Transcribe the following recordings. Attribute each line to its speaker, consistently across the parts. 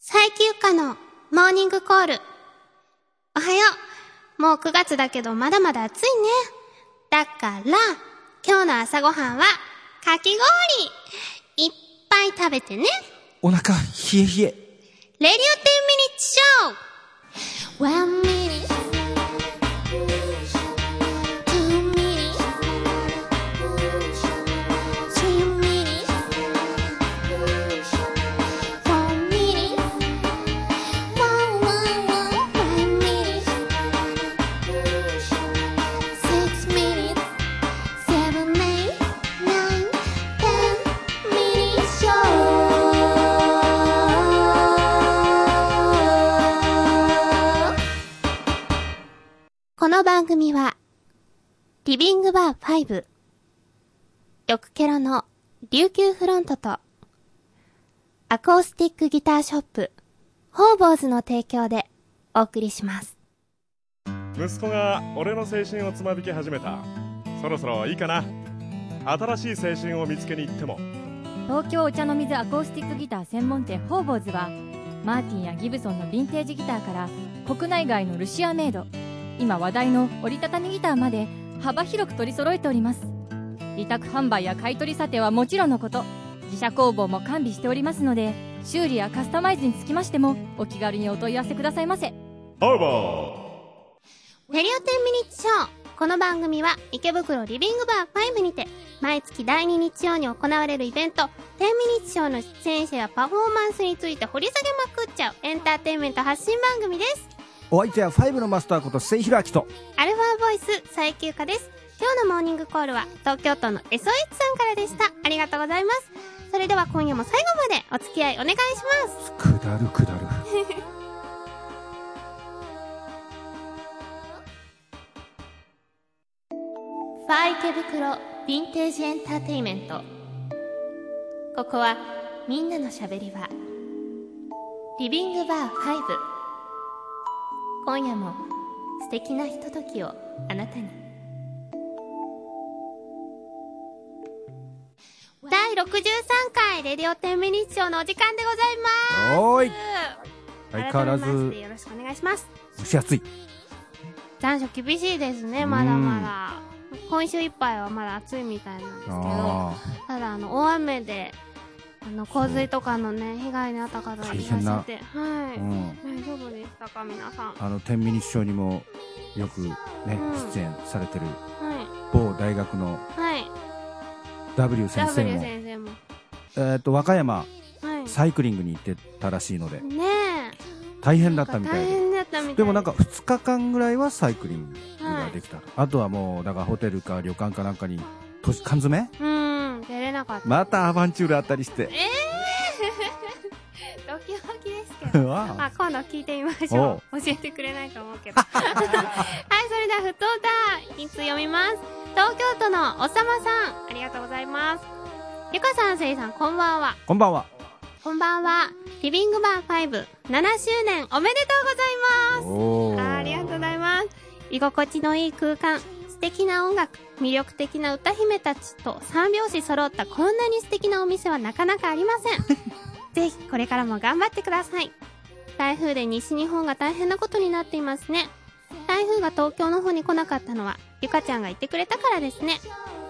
Speaker 1: 最休暇のモーニングコール。おはよう。もう9月だけどまだまだ暑いね。だから、今日の朝ごはんは、かき氷いっぱい食べてね。
Speaker 2: お腹、冷え
Speaker 1: レ
Speaker 2: 冷え。
Speaker 1: ディオ10ミニッツショー !1 minute, 2 minute, 3 minute, 4 minute, 1 minute, 6 minute, 7 minute, 9, 10 minute show! この番組は、リビングバー5、緑ケロの琉球フロントと、アコースティックギターショップ、ホーボーズの提供でお送りします。
Speaker 3: 息子が俺の青春をつまびき始めたそろそろいいかな新しい青春を見つけに行っても
Speaker 4: 東京お茶の水アコースティックギター専門店ホーボーズはマーティンやギブソンのヴィンテージギターから国内外のルシアメイド今話題の折りたたみギターまで幅広く取り揃えております委託販売や買い取り査定はもちろんのこと自社工房も完備しておりますので修理やカスタマイズにつきましてもお気軽にお問い合わせくださいませ
Speaker 3: ほぼ
Speaker 1: レディオ10ミニッツショーこの番組は池袋リビングバー5にて毎月第2日曜に行われるイベント10ミニッツショーの出演者やパフォーマンスについて掘り下げまくっちゃうエンターテインメント発信番組です
Speaker 2: お相手はファイブのマスターこと、末広明と。
Speaker 1: アルファボイス最休暇です今日のモーニングコールは東京都の SOH さんからでしたありがとうございますそれでは今夜も最後までお付き合いお願いします
Speaker 2: くだるくだる。
Speaker 1: ファー池袋ヴィンテージエンターテイメントここはみんなのしゃべり場リビングバー5今夜も素敵なひとときをあなたに第63回レディオ10ミニッショーのお時間でございます
Speaker 2: おーい。
Speaker 1: 改
Speaker 2: 相変わらず
Speaker 1: めましてよろしくお願いします
Speaker 2: 蒸し暑い。
Speaker 1: 残暑厳しいですね
Speaker 2: うん
Speaker 1: まだまだ今週いっぱいはまだ暑いみたいなんですけど
Speaker 2: あ
Speaker 1: ただあの大雨であの洪水とかのね被害に遭った方がいらっしゃっては
Speaker 2: あ。
Speaker 1: い、
Speaker 2: うん。
Speaker 1: 大丈夫でしたか皆さんは
Speaker 2: あの、天ミニ師匠にも、よくね、出演されてる、
Speaker 1: い
Speaker 2: 某大学の
Speaker 1: はい
Speaker 2: W 先生
Speaker 1: W
Speaker 2: も、
Speaker 1: 先生も
Speaker 2: えっと、和歌山、
Speaker 1: はい
Speaker 2: サイクリングに行ってたらしいので、
Speaker 1: ね
Speaker 2: 大変だ
Speaker 1: え
Speaker 2: ったみた
Speaker 1: 大
Speaker 2: いで。
Speaker 1: 変だったみたい
Speaker 2: でもなんか、2日間ぐらいはサイクリングができたと。あとはもう、だからホテルか旅館かなんかに、とし缶詰
Speaker 1: うん出れなかった
Speaker 2: またアバンチュールあったりして。
Speaker 1: ええドキドキです けど
Speaker 2: わあ
Speaker 1: あ、今度聞いてみましょう。教えてくれないと思うけど。 はい、それでは、ふとだ、いつ読みます。東京都のおさまさん、ありがとうございます。ゆかさん、せいさん、こんばんは。
Speaker 2: こんばんは。
Speaker 1: こんばんは。リビングバー5、7周年おめでとうございます。
Speaker 2: お
Speaker 1: あーありがとうございます居心地のいい空間素敵な音楽魅力的な歌姫たちと三拍子揃ったこんなに素敵なお店はなかなかありませんぜひこれからも頑張ってください台風で西日本が大変なことになっていますね台風が東京の方に来なかったのはゆかちゃんが言ってくれたからですね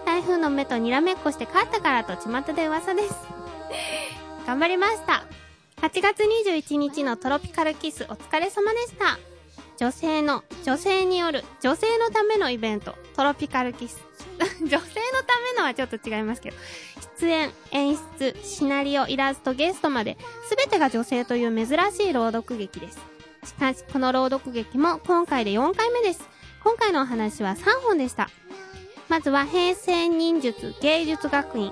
Speaker 1: 台風の目とにらめっこして帰ったからと巷で噂です 頑張りました8月21日のトロピカルキスお疲れ様でした女性の女性による女性のためのイベントトロピカルキス 女性のためのはちょっと違いますけど出演演出シナリオイラストゲストまで全てが女性という珍しい朗読劇ですしかしこの朗読劇も今回で4回目です今回のお話は3本でしたまずは平成忍術芸術学院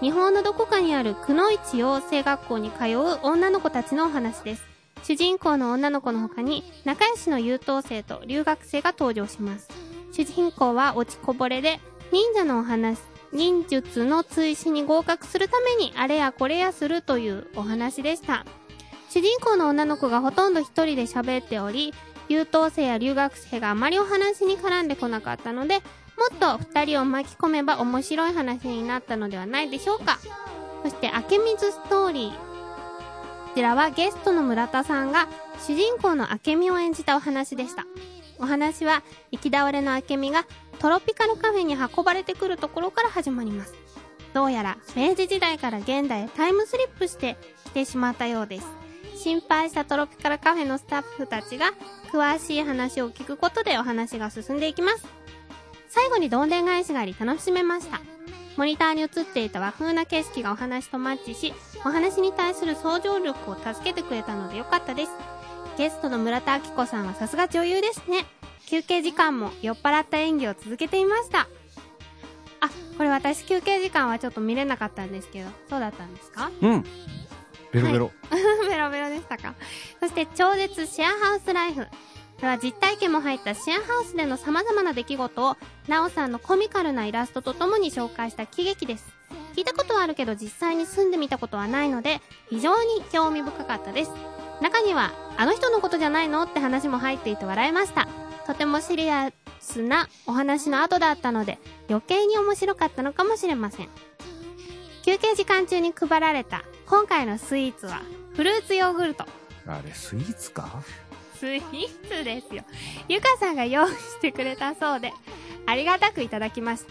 Speaker 1: 日本のどこかにある久野市養成学校に通う女の子たちのお話です主人公の女の子の他に仲良しの優等生と留学生が登場します主人公は落ちこぼれで忍者のお話忍術の追試に合格するためにあれやこれやするというお話でした主人公の女の子がほとんど一人で喋っており優等生や留学生があまりお話に絡んでこなかったのでもっと二人を巻き込めば面白い話になったのではないでしょうかそして明水ストーリーちらはゲストの村田さんが主人公の明美を演じたお話でしたお話は行き倒れの明美がトロピカルカフェに運ばれてくるところから始まりますどうやら明治時代から現代へタイムスリップして来てしまったようです心配したトロピカルカフェのスタッフたちが詳しい話を聞くことでお話が進んでいきます最後にどんでん返しがあり楽しめましたモニターに映っていた和風な景色がお話とマッチしお話に対する想像力を助けてくれたので良かったですゲストの村田明子さんはさすが女優ですね休憩時間も酔っ払った演技を続けていましたあこれ私休憩時間はちょっと見れなかったんですけどそうだったんですか
Speaker 2: うん。ベロベロ。
Speaker 1: ベロベロでしたかそして超絶シェアハウスライフこれは実体験も入ったシェアハウスでの様々な出来事をなおさんのコミカルなイラストとともに紹介した喜劇です聞いたことはあるけど実際に住んでみたことはないので非常に興味深かったです中にはあの人のことじゃないのって話も入っていて笑いましたとてもシリアスなお話の後だったので余計に面白かったのかもしれません休憩時間中に配られた今回のスイーツはフルーツヨーグルト
Speaker 2: あれ、スイーツか
Speaker 1: スイーツですよゆかさんが用意してくれたそうでありがたくいただきました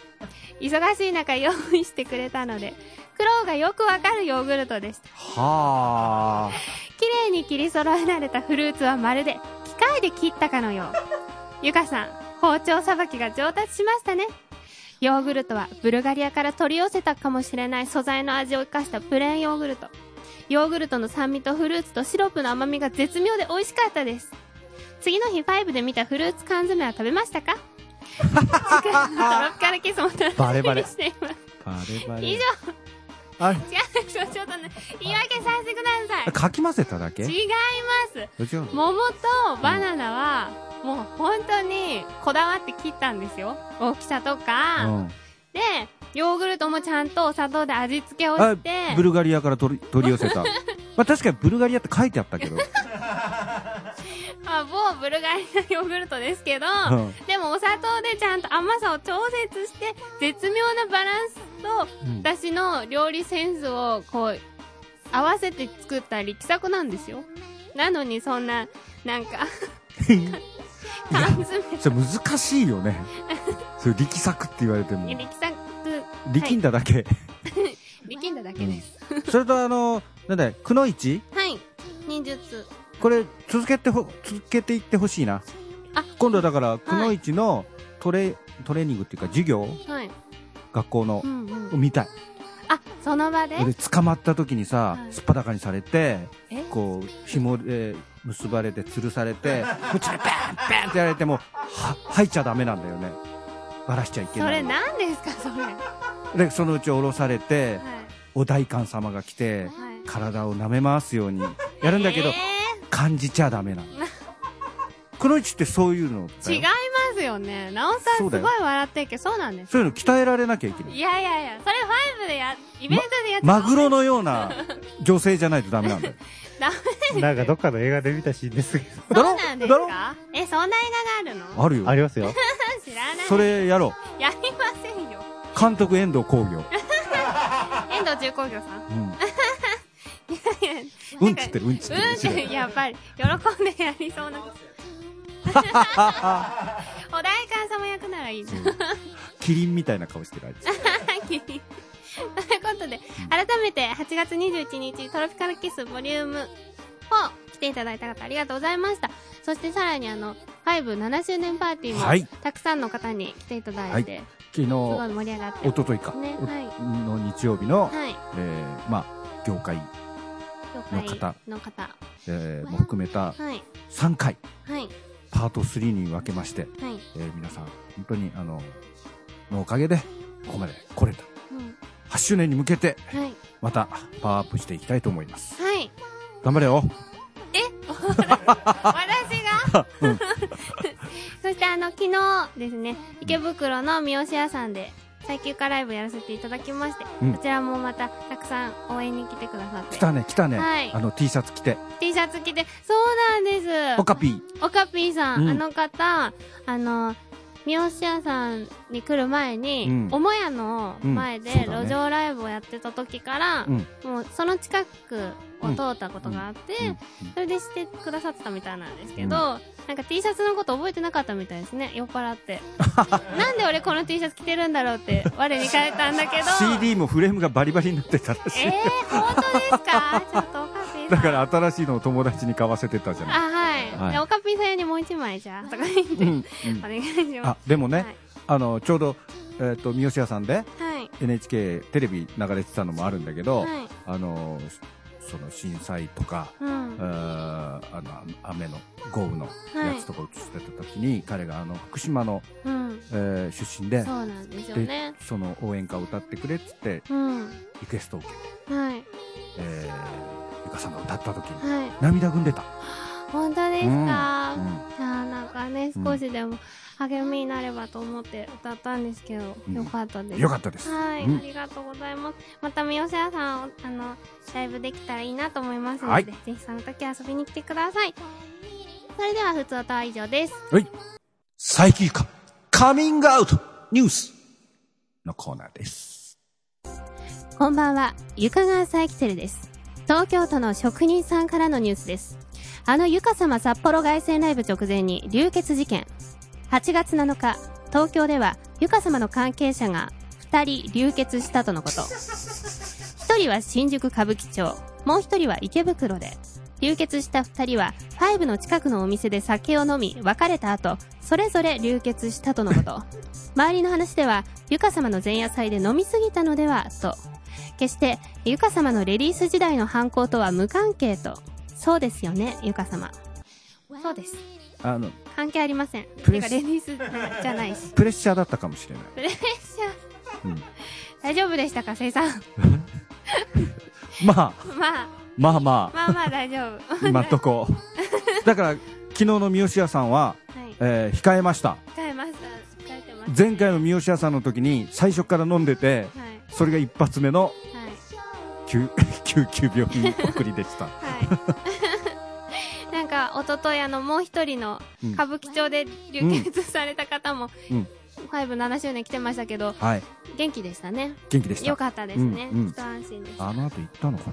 Speaker 1: 忙しい中用意してくれたので苦労がよくわかるヨーグルトでした
Speaker 2: はあ。
Speaker 1: 綺麗に切り揃えられたフルーツはまるで機械で切ったかのようゆかさん包丁さばきが上達しましたねヨーグルトはブルガリアから取り寄せたかもしれない素材の味を生かしたプレーンヨーグルトヨーグルトの酸味とフルーツとシロップの甘みが絶妙で美味しかったです次の日5で見たフルーツ缶詰は食べましたか次回のトロピカルキスも楽し
Speaker 2: バレ
Speaker 1: み
Speaker 2: バ
Speaker 1: に
Speaker 2: レ
Speaker 1: しています
Speaker 2: バレバ
Speaker 1: 以
Speaker 2: レ
Speaker 1: 上。
Speaker 2: あれ
Speaker 1: 違うでしょちょっとね言い訳させてくださ
Speaker 2: かき混ぜただけ
Speaker 1: い
Speaker 2: 違
Speaker 1: 違います
Speaker 2: うの
Speaker 1: 桃とバナナは、もう本当にこだわって切ったんですよ。大きさとか。
Speaker 2: うん。
Speaker 1: で、ヨーグルトもちゃんとお砂糖で味付けをして、
Speaker 2: ブルガリアから取り取り寄せた。 まあ確かにブルガリアって書いてあったけど。
Speaker 1: まあ、某ブルガリアヨーグルトですけど、
Speaker 2: うん
Speaker 1: でもお砂糖でちゃんと甘さを調節して、絶妙なバランスと、
Speaker 2: うん
Speaker 1: 私の料理センスをこう、合わせて作った力作なんですよ。なのにそんな、なんか、缶詰、
Speaker 2: それ難しいよね。それ力作って言われても。
Speaker 1: 力作、
Speaker 2: 力んだだけ。
Speaker 1: 力んだだけです。
Speaker 2: それとあの、なんだい、くのいち
Speaker 1: はい。忍術。
Speaker 2: これ続けてほ、続けていってほしいな。
Speaker 1: あ
Speaker 2: 今度はだから、くのいちのトレ、トレーニングっていうか授業
Speaker 1: はい。
Speaker 2: 学校の
Speaker 1: う、んうん。
Speaker 2: 見たい。
Speaker 1: あ、その場で
Speaker 2: で、捕まった時にさ
Speaker 1: は、い
Speaker 2: すっぱだかにされて、
Speaker 1: え
Speaker 2: こう、紐で結ばれて、吊るされて、こっちでバーン、バーンってやられても、は、入っちゃダメなんだよね。バラしちゃい
Speaker 1: そ
Speaker 2: けな
Speaker 1: れ
Speaker 2: い。
Speaker 1: 何ですか、それ。 はい。
Speaker 2: で、そのうち降ろされて、お代官様が来て、
Speaker 1: はい。
Speaker 2: 体を舐め回すようにやるんだけど、
Speaker 1: え
Speaker 2: 感じちゃダメ なの。くのいちってそういうの
Speaker 1: ー
Speaker 2: だよ
Speaker 1: 違いますよね。なおさ
Speaker 2: そ
Speaker 1: ん
Speaker 2: う
Speaker 1: す
Speaker 2: だ
Speaker 1: ごい
Speaker 2: よ
Speaker 1: 笑ってるけど、そうなんです。
Speaker 2: そういうの鍛えられなきゃいけない。
Speaker 1: いやいやいや、それ5でや、イベントでやって
Speaker 2: マグロのような女性じゃないとダメなんだよ。
Speaker 1: ダメ
Speaker 5: なんかどっかの映画で見たシーンです
Speaker 2: だ
Speaker 5: け
Speaker 2: ろ
Speaker 1: そうなんです
Speaker 2: だろ
Speaker 1: かえ、そんな映画があるの
Speaker 2: ある
Speaker 5: ど、あ
Speaker 2: よ。
Speaker 5: りますよ。
Speaker 1: 知らない。
Speaker 2: それやろう。
Speaker 1: やりませんよ。
Speaker 2: 監督遠藤工業。
Speaker 1: 遠藤重工業 さん。 いやいや
Speaker 2: うん。うんっつってる、うんっつってる。
Speaker 1: うんっ
Speaker 2: 後ろ
Speaker 1: て、やっぱり、喜んでやりそう な。お代官様役ならいいじゃん。
Speaker 2: キリンみたいな顔してるあいつ。
Speaker 1: ということで、改めて8月21日、トロピカルキスボリューム4来ていただいた方ありがとうございました。そしてさらにあの、57周年パーティ
Speaker 2: は
Speaker 1: ー
Speaker 2: い
Speaker 1: も、たくさんの方に来ていただいて、
Speaker 2: 昨日、
Speaker 1: すごい
Speaker 2: 一
Speaker 1: 盛り上がって。
Speaker 2: 昨日か。
Speaker 1: ね
Speaker 2: お
Speaker 1: はい
Speaker 2: の日曜日の、
Speaker 1: はい。
Speaker 2: えー、まあ、業界、
Speaker 1: 業
Speaker 2: の方
Speaker 1: 界の方。
Speaker 2: えー、も含め
Speaker 1: は
Speaker 2: た
Speaker 1: い。
Speaker 2: 3回、
Speaker 1: はい。
Speaker 2: パート3に分けまして、
Speaker 1: はい。
Speaker 2: えー、皆さん、本当に、あの、のおかげで、ここまで来れた。
Speaker 1: うん
Speaker 2: 8周年に向けて、
Speaker 1: はい。
Speaker 2: また、パワーアップしていきたいと思います。
Speaker 1: はい。
Speaker 2: 頑張れよ。
Speaker 1: 私が そしてあの昨日ですね池袋の三好屋さんで最休暇ライブやらせていただきまして、
Speaker 2: うん
Speaker 1: こちらもまたたくさん応援に来てくださっ
Speaker 2: 来
Speaker 1: て
Speaker 2: たね、来たね。
Speaker 1: はい
Speaker 2: あの、T シャツ着て、
Speaker 1: T シャツ着てそうなんです
Speaker 2: オカピー。
Speaker 1: おかぴーさん、
Speaker 2: うん
Speaker 1: あの方あの三好屋さんに来る前に、
Speaker 2: うん
Speaker 1: 母屋の前で
Speaker 2: うんそうだね
Speaker 1: 路上ライブをやってた時から、
Speaker 2: うん
Speaker 1: もうその近くを通ったことがあって、それでしてくださってたみたいなんですけど、なんか T シャツのこと覚えてなかったみたいですね酔っ払って なんで俺この T シャツ着てるんだろうって我に返ったんだけ ど
Speaker 2: CD もフレームがバリバリになってたらし
Speaker 1: え
Speaker 2: い。
Speaker 1: ー、本当ですかちょっとオカピーさ
Speaker 2: だ
Speaker 1: ん
Speaker 2: から新しいのを友達に買わせてたじゃない。
Speaker 1: あはい、
Speaker 2: はい
Speaker 1: でオカピーさん用にもう一枚じゃあとか言って、
Speaker 2: うんう
Speaker 1: お
Speaker 2: ん
Speaker 1: 願いしま
Speaker 2: あ
Speaker 1: す
Speaker 2: でもね
Speaker 1: はい、
Speaker 2: あの、ちょうど、えっと、三好屋さんで
Speaker 1: はい、
Speaker 2: NHK テレビ流れてたのもあるんだけど、
Speaker 1: はい
Speaker 2: あの、その震災とか、
Speaker 1: うん
Speaker 2: あーあの雨の豪雨のやつとか映してた時に、彼があの福島の、
Speaker 1: うん
Speaker 2: えー出身で
Speaker 1: そうなんですよね
Speaker 2: その応援歌を歌ってくれっつって
Speaker 1: うん
Speaker 2: リクエストを受けて、
Speaker 1: はい
Speaker 2: えー、ゆかさんが歌った時に
Speaker 1: はい
Speaker 2: 涙ぐんでた、
Speaker 1: 本当です
Speaker 2: うん
Speaker 1: か、
Speaker 2: うん
Speaker 1: いやーなんかね
Speaker 2: うん
Speaker 1: 少しでも励みになればと思って歌ったんですけど、
Speaker 2: うん
Speaker 1: よかったです
Speaker 2: よかったです
Speaker 1: はい、
Speaker 2: うん
Speaker 1: ありがとうございますまた三好屋さんをあのライブできたらいいなと思いますので、
Speaker 2: はい
Speaker 1: ぜひその時遊びに来てくださいそれでは普通音は以上です
Speaker 2: 最近かカミングアウトニュースのコーナーです
Speaker 1: こんばんは、ゆかがさエキセルです。東京都の職人さんからのニュースです。あのゆか様札幌凱旋ライブ直前に流血事件。8月7日、東京ではゆか様の関係者が2人流血したとのこと。1人は新宿歌舞伎町、もう1人は池袋で。流血した2人は5の近くのお店で酒を飲み別れた後、それぞれ流血したとのこと。周りの話では、ゆか様の前夜祭で飲みすぎたのでは、と。決して、ゆか様のレディース時代の犯行とは無関係と。そうですよね、ゆか様。そうです。
Speaker 2: あの
Speaker 1: 関係ありません。て
Speaker 2: プレ
Speaker 1: か、
Speaker 2: ス
Speaker 1: レディースじゃないし。
Speaker 2: プレッシャーだったかもしれない
Speaker 1: プレッシャー。
Speaker 2: うん
Speaker 1: 大丈夫でしたか、せいさん。
Speaker 2: まあ
Speaker 1: まあ、
Speaker 2: まあま
Speaker 1: まあまあ大丈夫。
Speaker 2: あ今んとこだから昨日の三好屋さんは、
Speaker 1: はい。
Speaker 2: えー控えました
Speaker 1: 使えました。使えてます。
Speaker 2: 前回の三好屋さんの時に最初から飲んでて
Speaker 1: はい。
Speaker 2: それが一発目の
Speaker 1: はい。
Speaker 2: 救 救急病院送りでした
Speaker 1: はい。なんか、おととい、あの、もう一人の
Speaker 2: うん
Speaker 1: 歌舞伎町で流血された方も、
Speaker 2: うん
Speaker 1: 57周年来てましたけど、
Speaker 2: はい
Speaker 1: 元気でしたね。
Speaker 2: 元気でした
Speaker 1: よかったですね。
Speaker 2: うんうん
Speaker 1: 一安心です。
Speaker 2: あの後行ったのか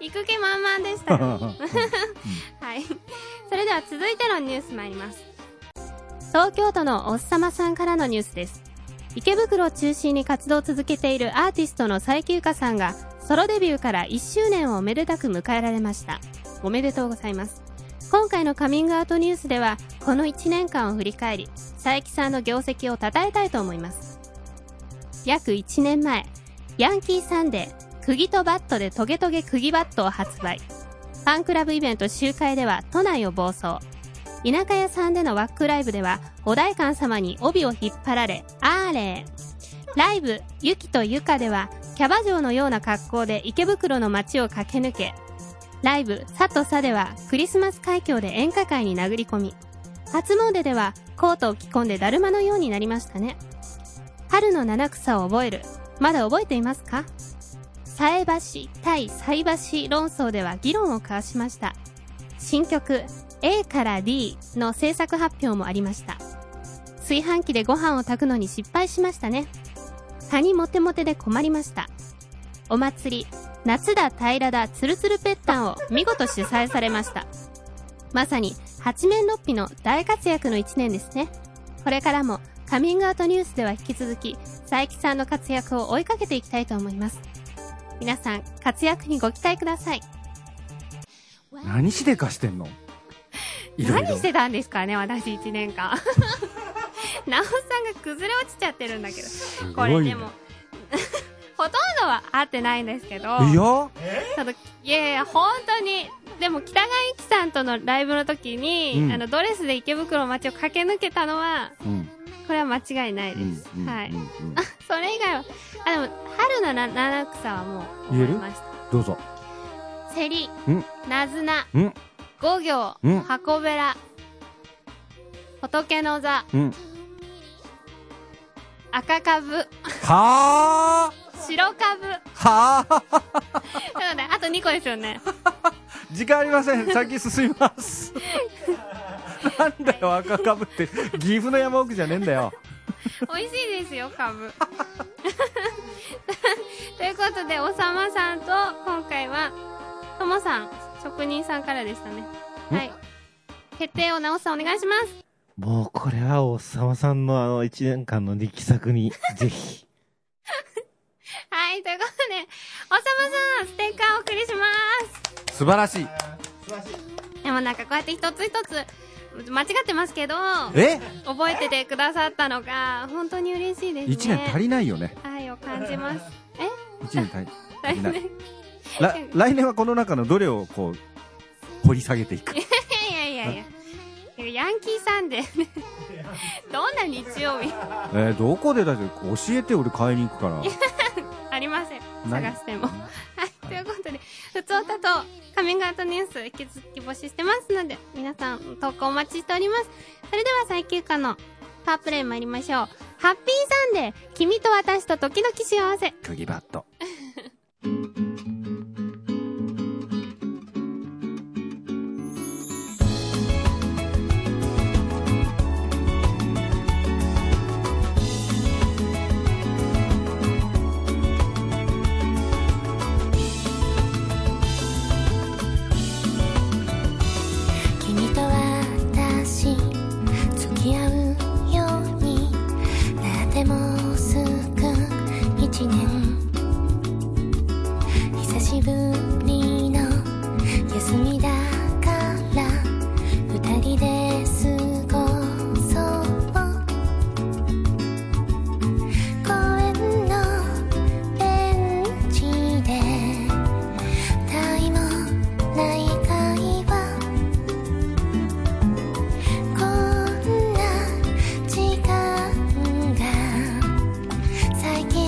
Speaker 1: 行く気満々で したよ。
Speaker 2: な
Speaker 1: はい。それでは続いてのニュース参ります。東京都のおっさまさんからのニュースです。池袋を中心に活動を続けているアーティストの最休暇さんが、ソロデビューから1周年をめでたく迎えられました。おめでとうございます。今回のカミングアウトニュースでは、この1年間を振り返り、佐伯さんの業績を称えたいと思います。約1年前、ヤンキーサンデー、釘とバットでトゲトゲ釘バットを発売。ファンクラブイベント集会では都内を暴走。田舎屋さんでのワックライブでは、お代官様に帯を引っ張られ、あーれー。ライブ、ゆきとゆかでは、キャバ嬢のような格好で池袋の街を駆け抜け、ライブ、さとさでは、クリスマス海峡で演歌会に殴り込み、初詣では、コートを着込んでだるまのようになりましたね。春の七草を覚える。まだ覚えていますか菜箸対菜箸論争では議論を交わしました新曲 A から D の制作発表もありました炊飯器でご飯を炊くのに失敗しましたね蚊にモテモテで困りましたお祭り夏だ平らだつるつるぺったんを見事主催されましたまさに八面六臂の大活躍の一年ですねこれからもカミングアウトニュースでは引き続き佐伯さんの活躍を追いかけていきたいと思います皆さん活躍にご期待ください
Speaker 2: 何しでかしてんのいろい
Speaker 1: 何
Speaker 2: ろ
Speaker 1: してたんですかね私1年 間なおさんが崩れ落ちちゃってるんだけどこれでも ほとんどは合ってないんですけど
Speaker 2: いや
Speaker 1: ただいやいや本当にでも北川由紀さんとのライブの時に、
Speaker 2: うん
Speaker 1: あのドレスで池袋の街を駆け抜けたのは
Speaker 2: うん
Speaker 1: これは間違いないです、
Speaker 2: うん
Speaker 1: はい、
Speaker 2: うんうん
Speaker 1: それ以外はあでも春のな七草はもう
Speaker 2: 言
Speaker 1: 思
Speaker 2: え
Speaker 1: い
Speaker 2: る
Speaker 1: ました
Speaker 2: どうぞ
Speaker 1: セリ
Speaker 2: うん、
Speaker 1: ナズナ
Speaker 2: うん、
Speaker 1: 五行
Speaker 2: うん、
Speaker 1: 箱べら、仏の座、
Speaker 2: うん
Speaker 1: 赤かぶ、
Speaker 2: はあ
Speaker 1: 白かぶ。
Speaker 2: はあ
Speaker 1: なので、あと2個ですよね。
Speaker 2: 時間ありません先進みますなんだよ赤かぶって岐阜の山奥じゃねえんだよ
Speaker 1: 美味しいですよ、か ぶ。ということで、おさまさんと、今回は、ともさん、職人さんからでしたね。はい。決定を直すさんお願いします。
Speaker 5: もうこれはおっさまさんのあの一年間の力 作に、ぜひ。
Speaker 1: はい、ということで、おさまさん、ステッカーをお送りします。
Speaker 2: 素晴らしい。
Speaker 1: でもなんかこうやって一つ一つ、間違ってますけど、
Speaker 2: え
Speaker 1: 覚えててくださったのが、本当に嬉しいですね。
Speaker 2: 一年足りないよね。
Speaker 1: 愛を感じます。
Speaker 2: 一年足り
Speaker 1: え
Speaker 2: 足りない
Speaker 1: い。
Speaker 2: ら来年はこの中のどれをこう、掘り下げてい く。
Speaker 1: やいやいやいや。ヤンキーさんで、 どんな日曜日
Speaker 2: えー、どこでだって教えて俺買いに行くから。
Speaker 1: ありません。
Speaker 2: 何
Speaker 1: 探しても。はい、ということで、ふつおたとカミングアウトニュース引き続き募集してますので、皆さん投稿お待ちしております。それでは最休暇のパワープレイ参りましょう。ハッピーサンデー君と私と時々幸せ
Speaker 2: 釘バット。
Speaker 6: 君と私付き合うようになってもうすぐ一年久しぶりの休みだから二人で過ごそう公園のベンチでたいもない会話「こんな時間が最近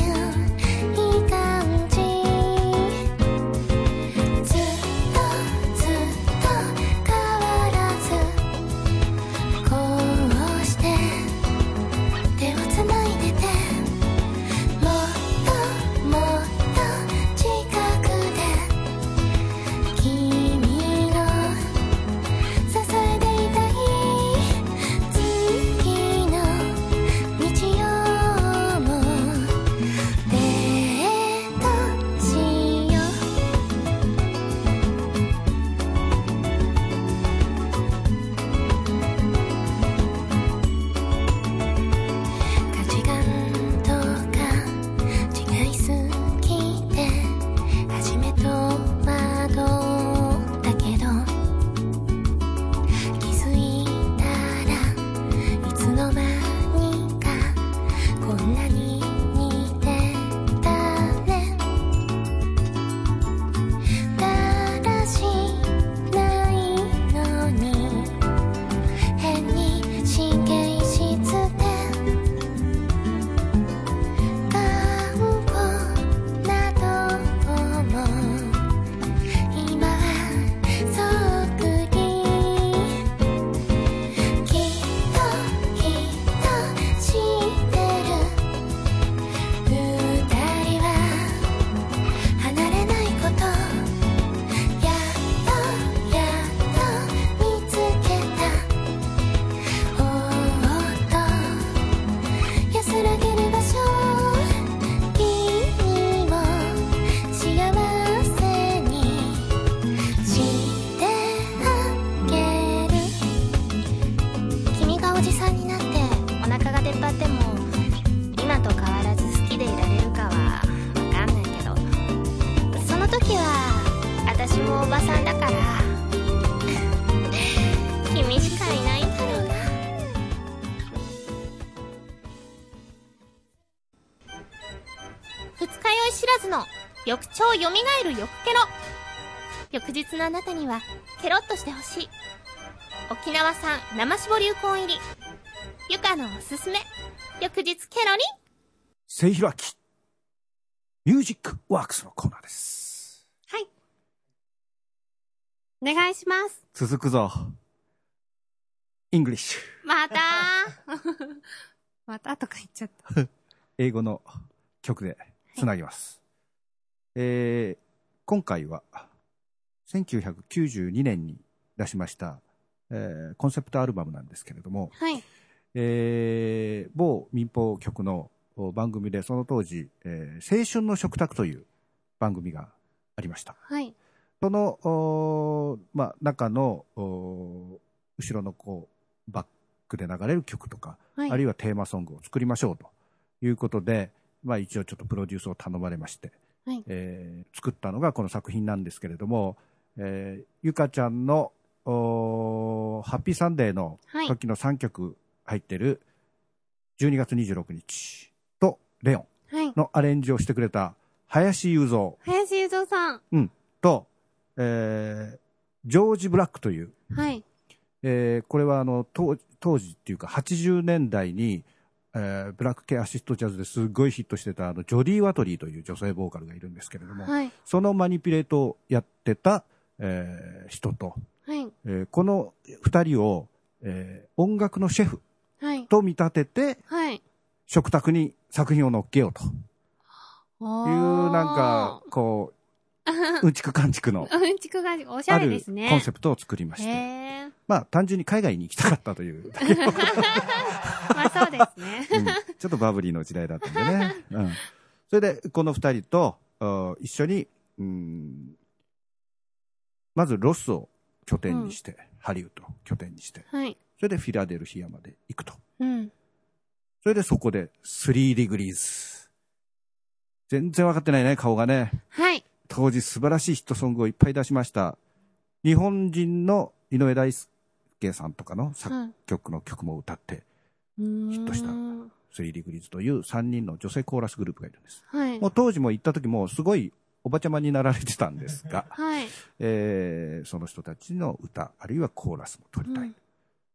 Speaker 6: いい感じ」「ずっとずっと変わらず」「こうして手をつないでて」「もっともっと近くで君の」「支えていたい月の日曜もデートしよう」「価値観とか違いすぎて」「初めと惑ったけど」気づいたらいつの間にかこんなに似てたねだらしないのに変に神経質で頑固なとこも今はそっくりきっときっと知ってる二人は離れないことやっとやっと見つけたおっと安らげる場所君も幸せにしてあげる君がおじさんになってお腹が出っ張っても今と変わらず好きでいられるかは分かんないけどその時は私もおばさんだから 君しかいないんだろうな二日酔い知らずの翌朝よみがえる翌ケロ翌日のあなたにはケロッとしてほしい沖縄産生絞流行入り。ゆかのおすすめ。翌日ケロリン。
Speaker 2: せいひらき。ミュージックワークスのコーナーです。
Speaker 1: お願いします。
Speaker 2: 続くぞ。イングリッシュ。
Speaker 1: また またとか言っちゃった。
Speaker 2: 英語の曲でつなぎます。えー今回は、1992年に出しました、えーコンセプトアルバムなんですけれども、
Speaker 1: はい。
Speaker 2: えー某民放局のお番組でその当時、えー青春の食卓という番組がありました。
Speaker 1: はい。
Speaker 2: その、おーまあ、中の、おー後ろのこう、バックで流れる曲とか、
Speaker 1: はい
Speaker 2: あるいはテーマソングを作りましょうということで、まあ、一応ちょっとプロデュースを頼まれまして、
Speaker 1: はい
Speaker 2: えー作ったのがこの作品なんですけれども、えーゆかちゃんのおーハッピーサンデーの
Speaker 1: はい
Speaker 2: 時の3曲入ってる12月26日とレオン
Speaker 1: はい。
Speaker 2: のアレンジをしてくれた林雄三
Speaker 1: 林ゆ三さん。
Speaker 2: と、えージョージ・ブラックという
Speaker 1: はい。
Speaker 2: えーこれはあの当当時っていうか80年代に、えーブラック系アシストジャズですごいヒットしてたあのジョディ・ワトリーという女性ボーカルがいるんですけれども、
Speaker 1: はい。
Speaker 2: そのマニピュレートをやってた、えー人と、
Speaker 1: はい。
Speaker 2: えーこの2人を、えー音楽のシェフ
Speaker 1: はい。
Speaker 2: と見立てて
Speaker 1: はい。
Speaker 2: 食卓に作品を乗っけようと
Speaker 1: お
Speaker 2: いうなんかこううんちくかんちくの
Speaker 1: うん、うんちくがおし
Speaker 2: あ
Speaker 1: ゃれで
Speaker 2: る
Speaker 1: すね。
Speaker 2: コンセプトを作りまし
Speaker 1: へ
Speaker 2: て、
Speaker 1: え。
Speaker 2: まあ単純に海外に行きたかったという。
Speaker 1: まあそうです ね。
Speaker 2: うんちょっとバブリーの時代だったんでね。うん、それで、この二人とあ一緒に、うん、まずロスを拠点にして、ハリウッドを拠点にして、
Speaker 1: はい。
Speaker 2: それでフィラデルフィアまで行くと。
Speaker 1: うん。
Speaker 2: それでそこで3ディグリーズ。全然わかってないね、顔がね。
Speaker 1: はい。
Speaker 2: 当時素晴らしいヒットソングをいっぱい出しました。日本人の井上大輔さんとかの作
Speaker 1: は
Speaker 2: 曲の曲も歌って、
Speaker 1: い。ヒ
Speaker 2: ットした3ディグリーズという3人の女性コーラスグループがいるんです。
Speaker 1: はい、
Speaker 2: も。う当時も行った時もすごいおばちゃまになられてたんですが
Speaker 1: はい。
Speaker 2: えーその人たちの歌、あるいはコーラスも撮りたい。
Speaker 1: うん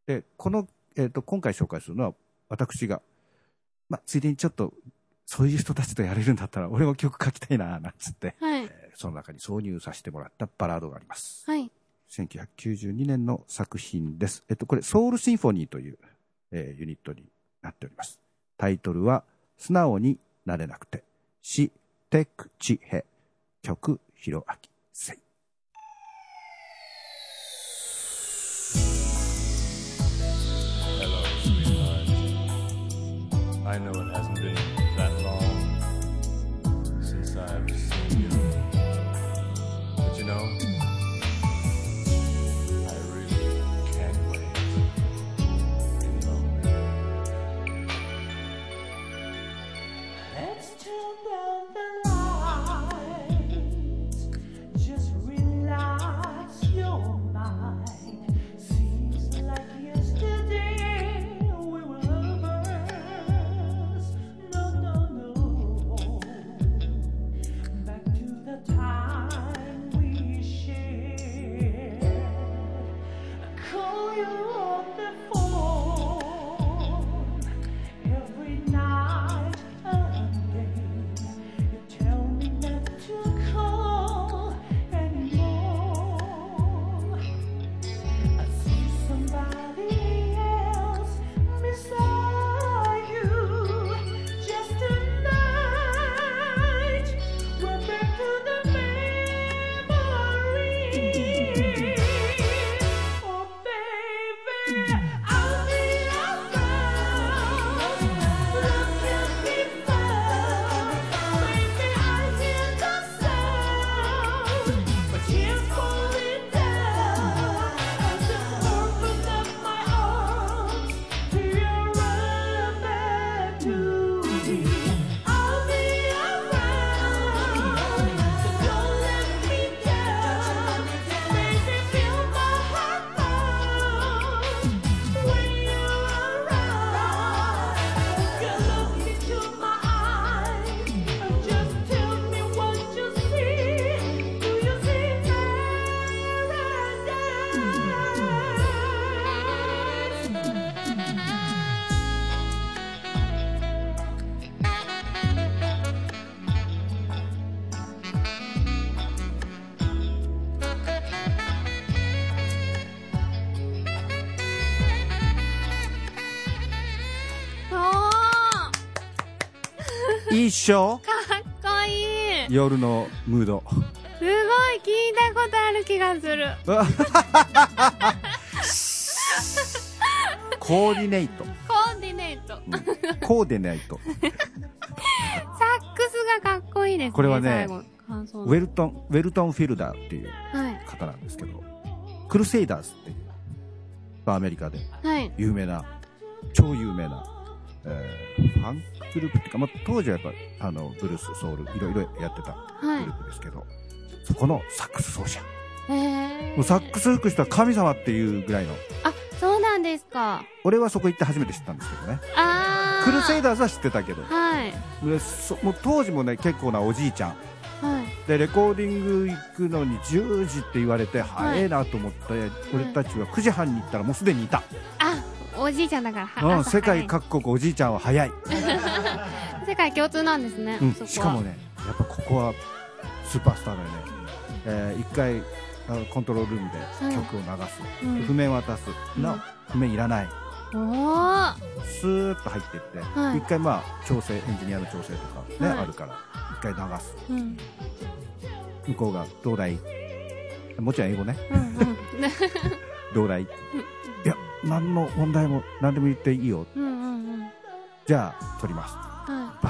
Speaker 2: で、この、えーと、今回紹介するのは私が、まあ、ついでにちょっと、そういう人たちとやれるんだったら、俺も曲書きたいな、なんつって、
Speaker 1: はい。
Speaker 2: えーその中に挿入させてもらったバラードがあります。
Speaker 1: はい。
Speaker 2: 1992年の作品です。えっと、これ、ソウルシンフォニーという、えーユニットになっております。タイトルは、素直になれなくて、し、てくちへ、曲、ひろあき、せい。
Speaker 7: Hello, sweetheart. I know it hasn't been that long since I've seen you. But you know, I really can't wait any longer.
Speaker 8: Let's turn down the lights. Just relax your mind. Seems like yesterday we were lovers. No, no, no. Back to the time we shared. Call you on the phone every night and day. You tell me not to call anymore. I see somebody else beside you. Just tonight, we're back to the memory. Oh, baby, I'll be around. Love can be found. Baby, I hear the sound, but tears falling down as you open up my arms to your right back to me. I'll be around, so don't let me down. Baby, feel my heart pound when you're around. You look into my eyes and just tell me what you see. Do you see paradise?
Speaker 1: おーか
Speaker 2: 一緒
Speaker 1: っこいい
Speaker 2: 夜のムード。
Speaker 1: すごい聞いたことある気がする。
Speaker 2: コーディネート。
Speaker 1: コーディネート。
Speaker 2: コーディネート。
Speaker 1: サックスがかっこいいですね。
Speaker 2: これはね
Speaker 1: 最後感想
Speaker 2: ウェルトン、ウェルトンフィルダーっていう、
Speaker 1: は
Speaker 2: クルセイダーズっていう、まあアメリカで
Speaker 1: はい。
Speaker 2: 有名な、超有名な、えーファンクグループっていうか、まあ、当時はやっぱ、あの、ブルース、ソウル、いろいろやってた
Speaker 1: は
Speaker 2: グ
Speaker 1: い
Speaker 2: ル。ープですけど、そこのサックス奏者。
Speaker 1: えー。
Speaker 2: もうサックス吹く人は神様っていうぐらいの、
Speaker 1: あ、そうなんですか。
Speaker 2: 俺はそこ行って初めて知ったんですけどね。
Speaker 1: あー。
Speaker 2: クルセイダーズは知ってたけど、
Speaker 1: はい。
Speaker 2: でそもう当時もね、結構なおじいちゃん、
Speaker 1: はい。
Speaker 2: でレコーディング行くのに10時って言われて
Speaker 1: はい
Speaker 2: 早いなと思って、俺たちは9時半に行ったらもうすでにいた、
Speaker 1: あ、おじいちゃんだからは。
Speaker 2: うん、
Speaker 1: 朝
Speaker 2: 世
Speaker 1: 早い
Speaker 2: 界各国おじいちゃんは早い、
Speaker 1: 世界共通なんですね。
Speaker 2: うん
Speaker 1: そこは
Speaker 2: しかも。ねやっぱここはスーパースターだよね、えー一回あのコントロールルームで曲を流す、
Speaker 1: うん
Speaker 2: 譜面渡す、な譜面いらない
Speaker 1: おー。
Speaker 2: スーッと入っていって、
Speaker 1: はい
Speaker 2: 一回まあ調整エンジニアの調整とかね、
Speaker 1: はい
Speaker 2: あるから一回流す
Speaker 1: うん。
Speaker 2: 向こうが「どうだい?」もちろん英語ね
Speaker 1: うんうん。ね
Speaker 2: どうだいいや、何の問題も、何でも言っていいよ。
Speaker 1: うんうんうん。
Speaker 2: じゃあ、撮ります。
Speaker 1: は
Speaker 2: バ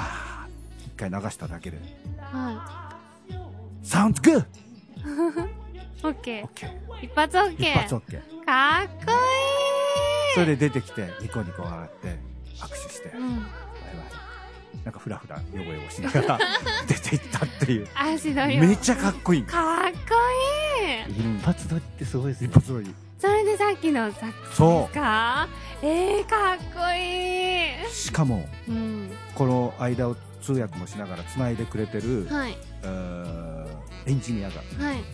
Speaker 2: ーッ一回流しただけで。
Speaker 1: い。は
Speaker 2: Sounds good!
Speaker 1: い。オッケ
Speaker 2: OK。
Speaker 1: ー。一発オッ
Speaker 2: 一
Speaker 1: ケ
Speaker 2: 発
Speaker 1: ー。
Speaker 2: OK。
Speaker 1: かっこいい。
Speaker 2: それで出てきて、ニコニコ笑って、握手して、バイ
Speaker 1: うん。
Speaker 2: バイ。なんかふらふら、ヨゴヨゴしなが ら出ていったっていう。
Speaker 1: 足取りを。
Speaker 2: めちゃかっこいい。
Speaker 1: かっこいい。
Speaker 5: 一発撮りってすごいですね
Speaker 2: 一。発撮り。
Speaker 1: それでさっきのさっ
Speaker 2: そ
Speaker 1: きか。えー、かっこいい。
Speaker 2: う。しかも、
Speaker 1: うん。
Speaker 2: この間を通訳もしながら繋いでくれてる、
Speaker 1: はい。
Speaker 2: えーエンジニアが、
Speaker 1: はい。はい。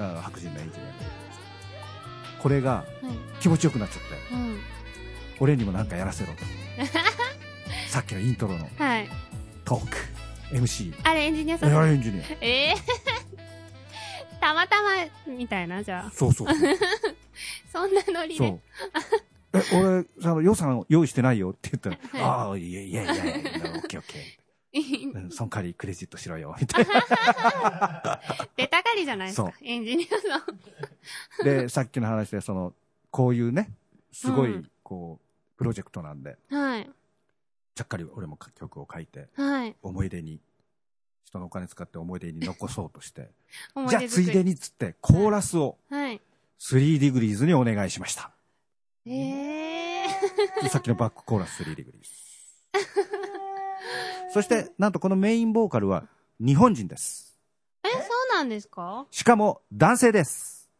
Speaker 2: あー白人のエンジニアが。これが気持ちよくなっちゃって。
Speaker 1: うん。
Speaker 2: 俺にもなんかやらせろ とさっきのイントロの
Speaker 1: はい。
Speaker 2: トーク MC
Speaker 1: あれ、エンジニアさん
Speaker 2: エ。アエンジニア
Speaker 1: ええ たまたま、みたいな、じゃあ。
Speaker 2: そうそう
Speaker 1: そんなノリ
Speaker 2: そ
Speaker 1: で。
Speaker 2: うえ俺その予算用意してないよって言ったら「ああいやいやいやいやオッケーオッケーうんその代わりクレジットしろよ」みたい
Speaker 1: 出たがりじゃないです
Speaker 2: そう
Speaker 1: か。エンジニアさん。
Speaker 2: なでさっきの話でそのこういうねすご
Speaker 1: う
Speaker 2: い
Speaker 1: ん
Speaker 2: こうプロジェクトなんで
Speaker 1: はい。
Speaker 2: ちゃっかり俺も曲を書いて
Speaker 1: はい。
Speaker 2: 思い出に人のお金使って思い出に残そうとして
Speaker 1: 思
Speaker 2: じゃあついで
Speaker 1: に。
Speaker 2: にっつってコーラスを
Speaker 1: はい。
Speaker 2: 3ディグリーズにお願いしました
Speaker 1: ええ
Speaker 2: さっきのバックコーラス3ディグリー ズ。そして、なんとこのメインボーカルは日本人です。
Speaker 1: え、そうなんですか
Speaker 2: しかも男性です。